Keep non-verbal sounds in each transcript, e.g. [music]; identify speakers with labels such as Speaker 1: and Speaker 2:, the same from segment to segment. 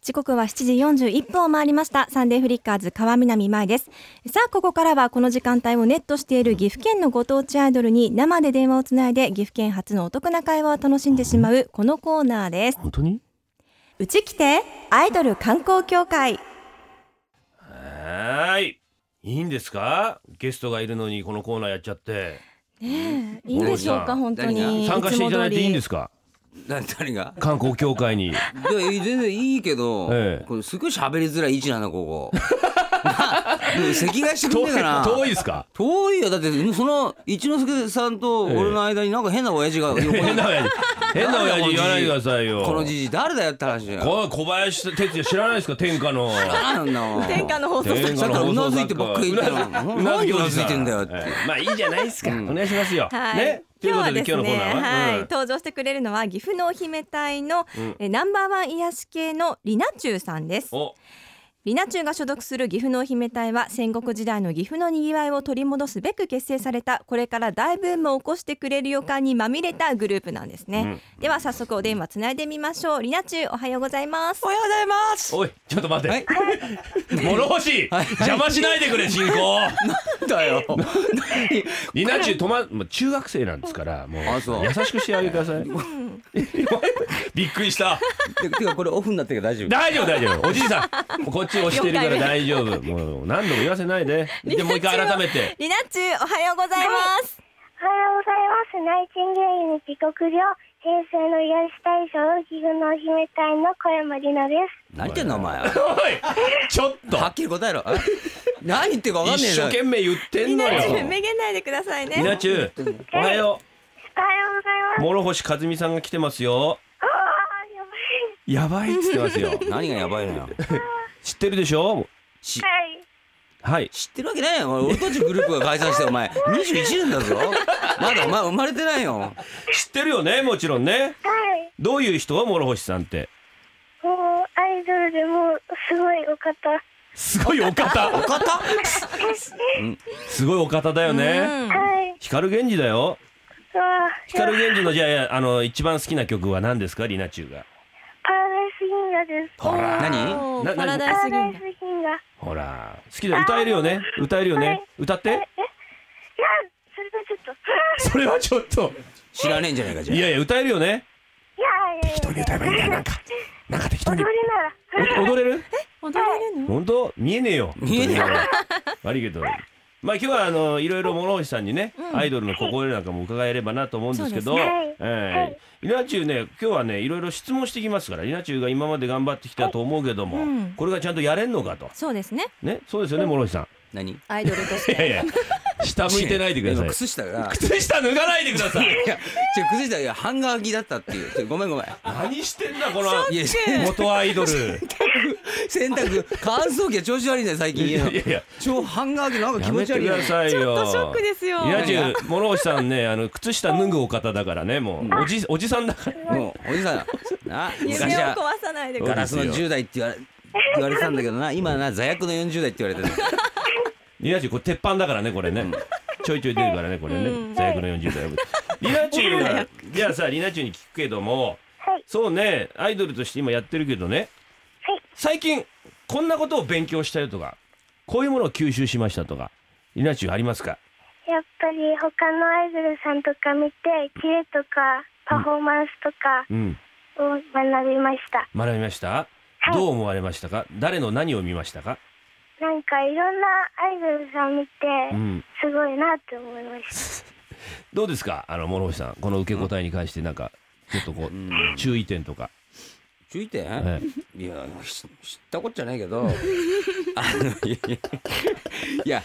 Speaker 1: 時刻は7時41分を回りましたサンデーフリッカーズ川南舞ですさあここからはこの時間帯をネットしている岐阜県のご当地アイドルに生で電話をつないで岐阜県初のお得な会話を楽しんでしまうこのコーナーです
Speaker 2: 本当に
Speaker 1: うち来てアイドル観光協会
Speaker 2: はーいいいんですかゲストがいるのにこのコーナーやっちゃって
Speaker 1: ねえいいんでしょうか本当に
Speaker 3: 何
Speaker 2: 参加していただいていいんですすか
Speaker 3: な何が
Speaker 2: 観光協会
Speaker 3: [laughs]
Speaker 2: に
Speaker 3: いやいい全然いいけど、
Speaker 2: ええ
Speaker 3: これすごい喋りづらい位置なんだここな席替えしてくんねえかな
Speaker 2: 遠いですか
Speaker 3: 遠いよだってその一之輔さんと俺の間になんか変な親父が横に
Speaker 2: [laughs] 変な親父変な親父言わないでくださいよ
Speaker 3: このじじい誰だよって話だよ
Speaker 2: こ小林哲也知らないですか天下
Speaker 3: [laughs]
Speaker 2: の
Speaker 3: なんだもん
Speaker 1: 天下の放送
Speaker 2: 天下
Speaker 3: さっき
Speaker 2: の
Speaker 3: からう
Speaker 2: 放
Speaker 3: な
Speaker 2: 送
Speaker 3: ず
Speaker 2: 作
Speaker 3: い
Speaker 2: 家
Speaker 3: てばっかり言ってたの
Speaker 2: う [laughs] な
Speaker 3: 何
Speaker 2: ずき
Speaker 3: でう
Speaker 2: お
Speaker 3: な
Speaker 2: じ
Speaker 3: ず
Speaker 2: さ
Speaker 3: いてんだよって、
Speaker 2: ええまあいいじゃないですかお願いしますよねという
Speaker 1: 今日
Speaker 2: こ
Speaker 1: は
Speaker 2: とで
Speaker 1: です
Speaker 2: 今日のコーナ
Speaker 1: ね、
Speaker 2: ーは
Speaker 1: はい、
Speaker 2: うん
Speaker 1: 登場してくれるのは岐阜のお姫隊の、えーナンバーワン癒し系のリナチュウさんです。
Speaker 2: お
Speaker 1: リナチュウが所属する岐阜のお姫隊は戦国時代の岐阜のにぎわいを取り戻すべく結成されたこれから大ブームを起こしてくれる予感にまみれたグループなんですね、では早速お電話つないでみましょうリナチュウおはようございます
Speaker 3: おはようございます
Speaker 2: おいちょっと待っ
Speaker 3: は
Speaker 2: [laughs] て
Speaker 3: い
Speaker 2: 諸星邪魔しないでくれ進行
Speaker 3: だよ
Speaker 2: リナチュウとまもう中学生なんですからもう
Speaker 3: あそう
Speaker 2: 優しくしてあげてください [laughs] びっくりした
Speaker 3: ててかこれオフになってるから大丈夫
Speaker 2: 大丈夫大丈夫おじいさんもうこっち押してるから大丈 [laughs] 夫もう何度も言わせないででもう一回改めて
Speaker 1: リナチュウおはようございます、
Speaker 4: おはようございます。ナイチンゲールの時刻量、平成の癒し大賞、岐阜のお姫隊の小山里奈です。
Speaker 3: 何言ってんだお前は
Speaker 2: おいちょっと
Speaker 3: っきり答えろえ何言ってるか分かん
Speaker 2: 一
Speaker 3: ねえ
Speaker 2: 生
Speaker 3: な
Speaker 2: 懸命言って
Speaker 1: リ
Speaker 2: んの
Speaker 1: ナチュウ
Speaker 2: よ
Speaker 1: めげないでくださいね
Speaker 2: リナチュウおはよ
Speaker 4: おはようござ
Speaker 2: う
Speaker 4: います。
Speaker 2: 諸星和美さんが来てますよ
Speaker 4: ああ、やばい。
Speaker 2: やばいっつってますよ
Speaker 3: 何がやばいのよ
Speaker 2: [laughs] 知ってるでしょ
Speaker 3: し
Speaker 4: はい。
Speaker 2: はい
Speaker 3: 知ってるわけないよ俺たちグループが解散してお前21年だぞまだお前生まれてないよ
Speaker 2: 知ってるよねもちろんね
Speaker 4: はい。
Speaker 2: どういう人諸星さんって
Speaker 4: もう、アイドルでもう、すごいお方。
Speaker 2: すごいお
Speaker 3: お
Speaker 2: 方
Speaker 3: 方
Speaker 2: [laughs] すごいお方だよね
Speaker 1: うん
Speaker 4: はい。
Speaker 2: 光源氏だよ
Speaker 4: うわあ、
Speaker 2: 光源氏のじゃああの一番好きな曲は何ですかリナチュウが
Speaker 4: パラダイス銀河です。
Speaker 2: ほら
Speaker 3: 何
Speaker 1: おー
Speaker 2: なな
Speaker 1: パラダ
Speaker 4: パ
Speaker 1: イ
Speaker 4: ラ
Speaker 1: ス
Speaker 4: ダイ
Speaker 1: 銀
Speaker 4: ス
Speaker 1: 河
Speaker 4: 銀河。いや、
Speaker 2: ほら好きだ歌えるよね歌えるよね歌って
Speaker 4: それはちょっ [laughs] と。
Speaker 2: それはちょっと
Speaker 3: 知らねえんじゃないかじゃあ
Speaker 2: いやいや歌えるよね
Speaker 4: いやいやいや。
Speaker 2: 一人で歌えばいいんだよなんかなんか適当
Speaker 4: 踊
Speaker 2: に
Speaker 4: りなら。
Speaker 2: お踊れる
Speaker 1: 踊れるの
Speaker 2: 本当見えねえよ
Speaker 3: 見えねえよ
Speaker 2: 悪いけどまあ今日はあのいろいろ諸星さんにね、アイドルの心なんかも伺えればなと思うんですけど、
Speaker 4: そうですねは
Speaker 2: え
Speaker 4: い
Speaker 2: え稲中ね今日はねいろいろ質問してきますから稲中が今まで頑張ってきたと思うけども、
Speaker 1: うん
Speaker 2: これがちゃんとやれんのかと
Speaker 1: そうですね
Speaker 2: ねそうですよね諸星さん
Speaker 3: 何
Speaker 1: アイドルとし
Speaker 2: [laughs] いやい
Speaker 1: て
Speaker 2: や下向いてないでくださ
Speaker 3: 今
Speaker 2: い
Speaker 3: 靴下が
Speaker 2: 靴下脱がないでください
Speaker 3: いや違う靴下が半乾きだったっていうちょごめんごめん
Speaker 2: 何してんだこの
Speaker 3: いや
Speaker 2: 元アイドル
Speaker 3: 洗濯乾燥機が調子悪いんだよ最近
Speaker 2: いやいやいや
Speaker 3: 超半乾きなんか気
Speaker 2: や
Speaker 3: 持
Speaker 2: めて
Speaker 3: ち悪い
Speaker 2: く
Speaker 3: よ
Speaker 2: ださいよ
Speaker 1: ちょっとショックですよ
Speaker 2: 稲中諸星さんねあの靴下脱ぐお方だからねもうおじおじさんだから
Speaker 3: もうおじさんな昔
Speaker 1: 夢を壊
Speaker 3: は
Speaker 1: さないでくだ
Speaker 3: ガ
Speaker 1: さい
Speaker 3: ラスの10代って言われ言われてたんだけどな今はな座薬の40代って言われてる
Speaker 2: リナチュウこれ鉄板だからねこれね、ちょいちょい出るからねこれね、
Speaker 1: うん
Speaker 2: 最悪の40代リナチュウがじゃあさリナチュウに聞くけども
Speaker 4: はい。
Speaker 2: そうねアイドルとして今やってるけどね
Speaker 4: はい。
Speaker 2: 最近こんなことを勉強したよとかこういうものを吸収しましたとかリナチュウありますか
Speaker 4: やっぱり他のアイドルさんとか見て、キレとか、パフォーマンスとか
Speaker 2: うん
Speaker 4: を学びました。
Speaker 2: 学びました、
Speaker 4: はい
Speaker 2: どう思われましたか誰の何を見ましたか
Speaker 4: なんかいろんなアイドルさん見て、
Speaker 2: うん
Speaker 4: すごいなって思いました。
Speaker 2: どうですかあの諸星さんこの受け答えに関してなんかちょっとこう、注意点とか、
Speaker 3: 注意点
Speaker 2: ええ
Speaker 3: いやし知ったこっちゃない
Speaker 2: [laughs]
Speaker 3: けどあのいやいやいや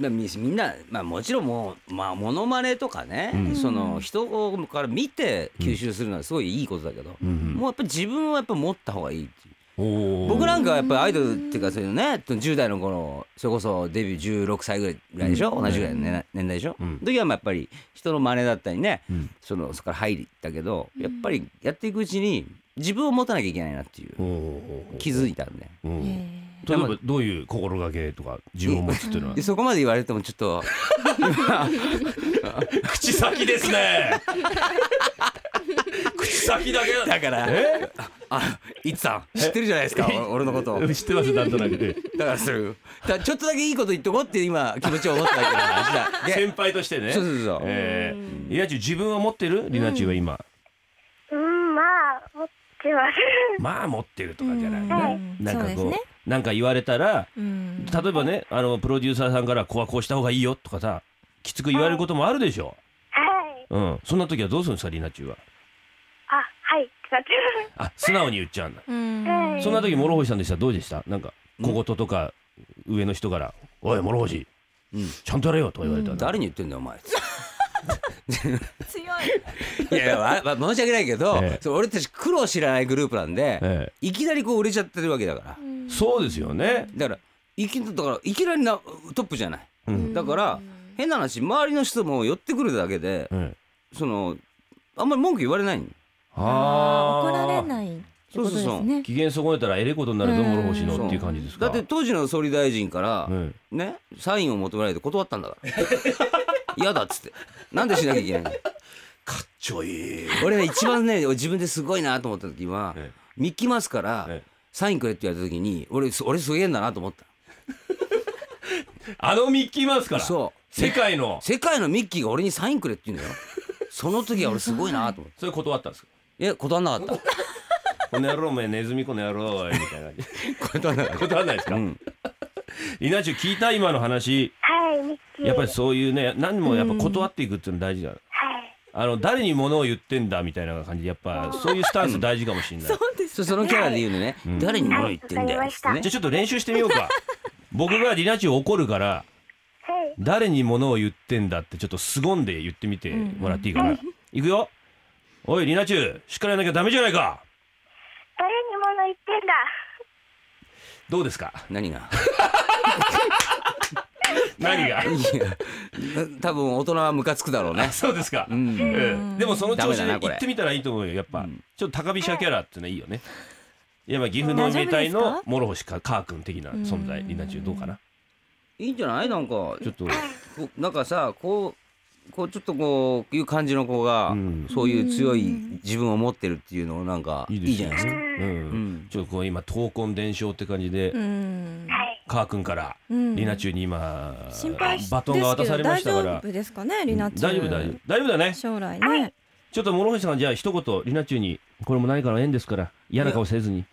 Speaker 3: まあみみんな、まあ、もちろんもう、まあ、モノマネとかね、
Speaker 2: うん
Speaker 3: その人から見て吸収するのはすごいいいことだけど、
Speaker 2: うんうん
Speaker 3: もうやっぱり自分はやっぱ持った方がいいっていう
Speaker 2: おー
Speaker 3: 僕なんかはやっぱりアイドルっていうかそういうね10代の頃それこそデビュー16歳ぐらいでしょ、同じぐらいの年年代でしょ、
Speaker 2: うん
Speaker 3: 時はまあやっぱり人の真似だったりね、
Speaker 2: うん
Speaker 3: そのそこから入ったけどやっぱりやっていくうちに自分を持たなきゃいけないなっていう
Speaker 2: おー
Speaker 3: 気づいたんで。
Speaker 2: うん
Speaker 1: え
Speaker 2: 例えばどういう心がけとか自分を持つっていうのは [laughs]
Speaker 3: でそこまで言われてもちょっと
Speaker 2: 口先ですね [laughs] 口先だけ
Speaker 3: だから
Speaker 2: え
Speaker 3: あいつさん知ってるじゃないですかお俺のことを
Speaker 2: うん知ってますなんとなくね
Speaker 3: だからそれだからちょっとだけいいこと言っとこうって今気持ちを思っただけの
Speaker 2: [laughs]
Speaker 3: 話だで
Speaker 2: 先輩としてね
Speaker 3: そうそうそう
Speaker 2: えーリナチュウ自分は持ってるリナチュウは今、
Speaker 4: うん、まあ、持ってます。
Speaker 2: まあ持ってるとかじゃない、ね
Speaker 1: うん
Speaker 2: なんか
Speaker 1: そうで
Speaker 2: こ
Speaker 1: す
Speaker 2: う
Speaker 1: ね
Speaker 2: なんか言われたら
Speaker 1: うん
Speaker 2: 例えばねあのプロデューサーさんから「ここはこうした方がいいよ」とかさきつく言われることもあるでしょ、
Speaker 4: はい。
Speaker 2: うん、そんな時はどうするんですかリナチュウは
Speaker 4: あ、はい。ってなってます
Speaker 2: あ素直に言っちゃうんだ
Speaker 1: うん
Speaker 2: そんな時諸星さんでしたらどうでしたなんか
Speaker 3: うん
Speaker 2: 小言とか上の人から「おい諸星
Speaker 3: うん
Speaker 2: ちゃんとやれよ」とか言われたら
Speaker 3: 誰に言ってんだよお前
Speaker 1: 強い
Speaker 3: いやいやわわ申し訳ないけど、
Speaker 2: ええ
Speaker 3: そう俺たち苦労知らないグループなんで、
Speaker 2: え
Speaker 3: いきなりこう売れちゃってるわけだから
Speaker 2: え、そうですよね、
Speaker 3: だからいきだからいきなりなトップじゃない
Speaker 2: うん
Speaker 3: だから変な話周りの人も寄ってくるだけで
Speaker 2: ええ、
Speaker 3: そのあんまり文句言われないの
Speaker 1: あー怒られ
Speaker 2: い
Speaker 1: ないってことですね
Speaker 2: 機嫌損ねたらえれことになるぞ
Speaker 1: うん
Speaker 2: 諸星のっていう感じですか
Speaker 3: だって当時の総理大臣から、
Speaker 2: ええ
Speaker 3: ねサインを求められて断ったんだから [laughs] 嫌だっつってなんでしなきゃいけないの
Speaker 2: かっちょいい、
Speaker 3: 俺ね一番ね自分ですごいなと思った時は、
Speaker 2: ええ
Speaker 3: ミッキーマウスから
Speaker 2: え
Speaker 3: サインくれって言われた時に俺す俺すげえんだなと思った
Speaker 2: えあのミッキーマウスから
Speaker 3: そう
Speaker 2: 世界の
Speaker 3: 世界のミッキーが俺にサインくれって言うんだよその時は俺すごいなと思っ
Speaker 2: それ断ったんですか
Speaker 3: ていや断んなかった [laughs]
Speaker 2: この野郎お前ネズミこの野郎おいみたいな
Speaker 3: 断んなかっ
Speaker 2: 断らないです
Speaker 3: た、
Speaker 2: か、
Speaker 3: うん、
Speaker 2: リナチュウ聞いた今の話
Speaker 4: はい、ミッキー。
Speaker 2: やっぱりそういうね何もやっぱ断っていくっていうの大事だな
Speaker 4: はい。
Speaker 2: あの誰に物を言ってんだみたいな感じでやっぱそういうスタンス大事かもしれない、
Speaker 1: そうです
Speaker 3: そそのキャラで言うのね、
Speaker 2: うん
Speaker 3: 誰に物言ってんだよっつってね
Speaker 2: じゃあちょっと練習してみよう
Speaker 3: [laughs]
Speaker 2: か僕がリナチュウ怒るから
Speaker 4: はい。
Speaker 2: 誰に物を言ってんだってちょっと凄んで言ってみてもらっていいかな、いくよおいリナチュウしっかりやんなきゃダメじゃないか
Speaker 4: 誰に物言ってんだ。
Speaker 2: どうですか
Speaker 3: 何が
Speaker 2: 何が
Speaker 3: [laughs] いや多分大人はムカつくだろうね
Speaker 2: そうですか、
Speaker 3: うん
Speaker 2: うんでもその調子
Speaker 3: ダ
Speaker 2: で
Speaker 3: メだなこ
Speaker 2: 行
Speaker 3: れ
Speaker 2: ってみたらいいと思うよやっぱ、
Speaker 3: うん
Speaker 2: ちょっと高飛車キャラってのはいいよねいやまあ岐阜の自衛隊
Speaker 1: 大丈夫で
Speaker 2: の
Speaker 1: すか
Speaker 2: 諸星かカー君的な存在
Speaker 1: うん
Speaker 2: リナチュウどうかない
Speaker 3: いんじゃないなん
Speaker 2: ち
Speaker 3: か
Speaker 2: ょっと
Speaker 3: こなんかさこうこうちょっとこういう感じの子が、
Speaker 2: うん
Speaker 3: そういう強い
Speaker 1: うん
Speaker 3: 自分を持ってるっていうのをなんか
Speaker 2: い
Speaker 3: いい
Speaker 2: いです
Speaker 3: じゃ
Speaker 2: よ
Speaker 3: ない
Speaker 2: ね
Speaker 3: ですか。
Speaker 2: うん
Speaker 3: うん
Speaker 2: ちょっとこう今闘魂伝承って感じで、
Speaker 1: うん
Speaker 4: はい。
Speaker 2: カー君から、
Speaker 1: うん
Speaker 2: リナチュウに今
Speaker 1: 心配です
Speaker 2: バトンが渡されましたから
Speaker 1: 大丈夫ですかねリナチュウ
Speaker 2: 大丈夫大丈夫大丈夫だね
Speaker 1: 将来ね
Speaker 2: ちょっと諸星さんじゃあ一言リナチュウにこれも何かの縁ですから嫌な顔せずに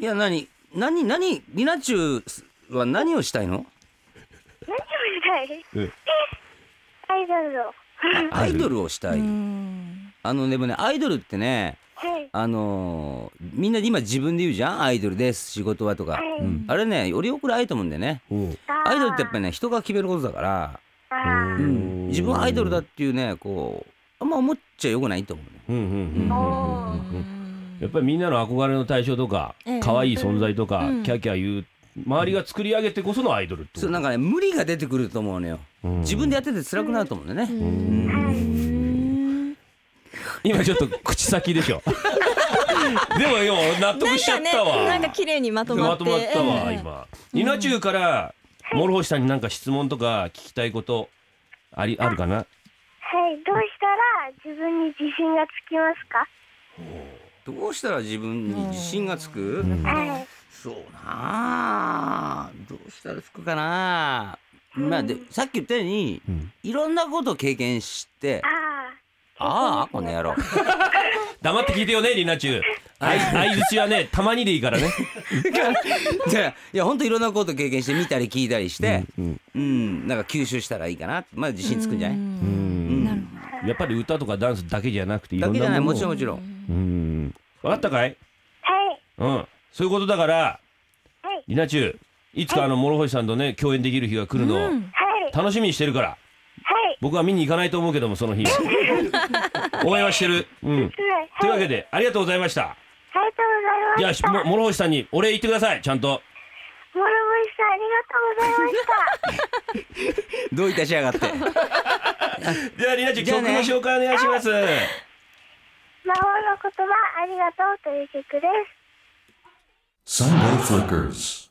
Speaker 3: いや何何何リナチュウは何をしたいの？
Speaker 4: 何をしたい
Speaker 2: うん
Speaker 4: アイドルを。
Speaker 3: アイドルをしたい。
Speaker 1: うん
Speaker 3: あのでもねアイドルってね
Speaker 4: はい。
Speaker 3: あのーみんな今自分で言うじゃんアイドルです仕事はとか
Speaker 4: は。い。
Speaker 2: ん
Speaker 3: あれねより送るアイドルもんでね。
Speaker 2: うん
Speaker 4: あー
Speaker 3: アイドルってやっぱりね人が決めることだから、
Speaker 4: あ
Speaker 2: う
Speaker 4: ー
Speaker 2: ん
Speaker 3: 自分はアイドルだっていうねこうあんま思っちゃよくないと思うね。
Speaker 2: うんうんうんうんうんうんうんやっぱりみんなの憧れの対象とか
Speaker 1: ええ
Speaker 2: 可愛い存在とか
Speaker 1: うん
Speaker 2: キャーキャー言う周りが作り上げてこそのアイドルって
Speaker 3: そうなんかね無理が出てくると思うのよ。自分でやってて辛くなると思うんだよね。
Speaker 1: うん
Speaker 2: 今ちょっと口先でし
Speaker 3: [laughs]
Speaker 2: ょでも今納得しちゃったわ
Speaker 1: なんかねなんか綺麗にまとま
Speaker 2: ま
Speaker 1: って
Speaker 2: とまったわ
Speaker 1: ええ
Speaker 2: 今ニナチュウから諸星さんに何か質問とか聞きたいことありあるかな
Speaker 4: はい。どうしたら自分に自信がつきますか
Speaker 3: どうしたら自分に自信がつく、
Speaker 4: はい。
Speaker 3: そうなあどうしたらつくかなまあでさっき言ったように、
Speaker 2: ん
Speaker 3: いろんなことを経験して
Speaker 4: あ
Speaker 3: ああこの野郎
Speaker 2: 黙って聞いてよねリナチュウあい相槌はねたまにでいいからね
Speaker 3: [laughs] じゃあいや本当いろんなことを経験して見たり聞いたりして
Speaker 2: うん
Speaker 3: うん、なんか吸収したらいいかなまあ自信つくんじゃない、
Speaker 2: うん
Speaker 1: なる
Speaker 2: やっぱり歌とかダンスだけじゃなくていろ
Speaker 3: だ
Speaker 2: ん
Speaker 3: けじゃな
Speaker 2: ないもの
Speaker 3: もちろん
Speaker 2: を
Speaker 3: もちろ
Speaker 2: う
Speaker 3: ん
Speaker 2: ん分かったかい
Speaker 4: あ。はい。
Speaker 2: うんそういうことだから
Speaker 4: はい。
Speaker 2: リナチュウいつかあの諸星さんとね共演できる日が来るのを
Speaker 1: うん
Speaker 4: はい。
Speaker 2: 楽しみにしてるから
Speaker 4: はい。
Speaker 2: 僕は見に行かないと思うけどもその
Speaker 3: [laughs]
Speaker 2: 日応援はしてるうん
Speaker 4: はい。
Speaker 2: というわ
Speaker 4: はい。ありがとうござい
Speaker 2: けでありがとうございました
Speaker 4: ました。
Speaker 2: じゃあしも諸星さんにお礼言ってくださいちゃんと
Speaker 4: 諸星さん、ありがとうござい
Speaker 2: [laughs]
Speaker 4: ました。
Speaker 3: どういたしやがって
Speaker 2: ではリナチュウ
Speaker 3: じゃあ
Speaker 2: 曲の
Speaker 3: ね
Speaker 2: 紹介お願いします
Speaker 4: 魔法の言葉ありがとうという曲です。
Speaker 5: Sunday Flickers.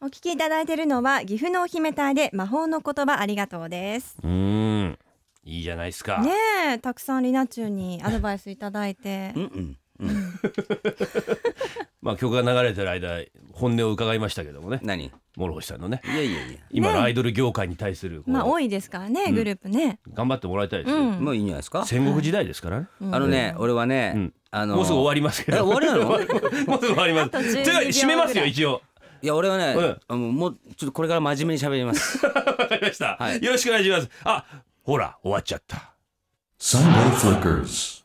Speaker 1: お聞きいただいているのは岐阜のお姫隊で魔法の言葉ありがとうです
Speaker 2: うーんいいじゃないですか
Speaker 1: ねえたくさんリナチュウにアドバイスいただいて
Speaker 3: うんうんう
Speaker 2: まあ曲が流れてる間本音を伺いましたけどもね
Speaker 3: 何い
Speaker 2: 諸星さんのね
Speaker 3: やいやいや
Speaker 2: 今のアイドル業界に対するこう
Speaker 1: まあ多いですからねグループね。
Speaker 2: 頑張ってもらいたいです
Speaker 1: う
Speaker 2: よ
Speaker 1: ん
Speaker 3: もういいんじゃないですか
Speaker 2: 戦国時代ですからね
Speaker 3: あのね俺はね、
Speaker 2: うん
Speaker 3: あの
Speaker 2: もうす [laughs] ぐ終わりますけ
Speaker 3: え
Speaker 2: ど
Speaker 3: 終わりなの
Speaker 2: もうすぐ終わります
Speaker 1: あと12
Speaker 2: じゃあ締めます
Speaker 1: 秒ぐ
Speaker 2: よ
Speaker 1: らい
Speaker 2: 一応
Speaker 3: いや俺はね、
Speaker 2: うん
Speaker 3: あのもうちょっとこれから真面目に喋ります
Speaker 2: わかりました
Speaker 3: はい
Speaker 2: よろしくお願いしますあほら終わっちゃった
Speaker 5: Sunday Flickers.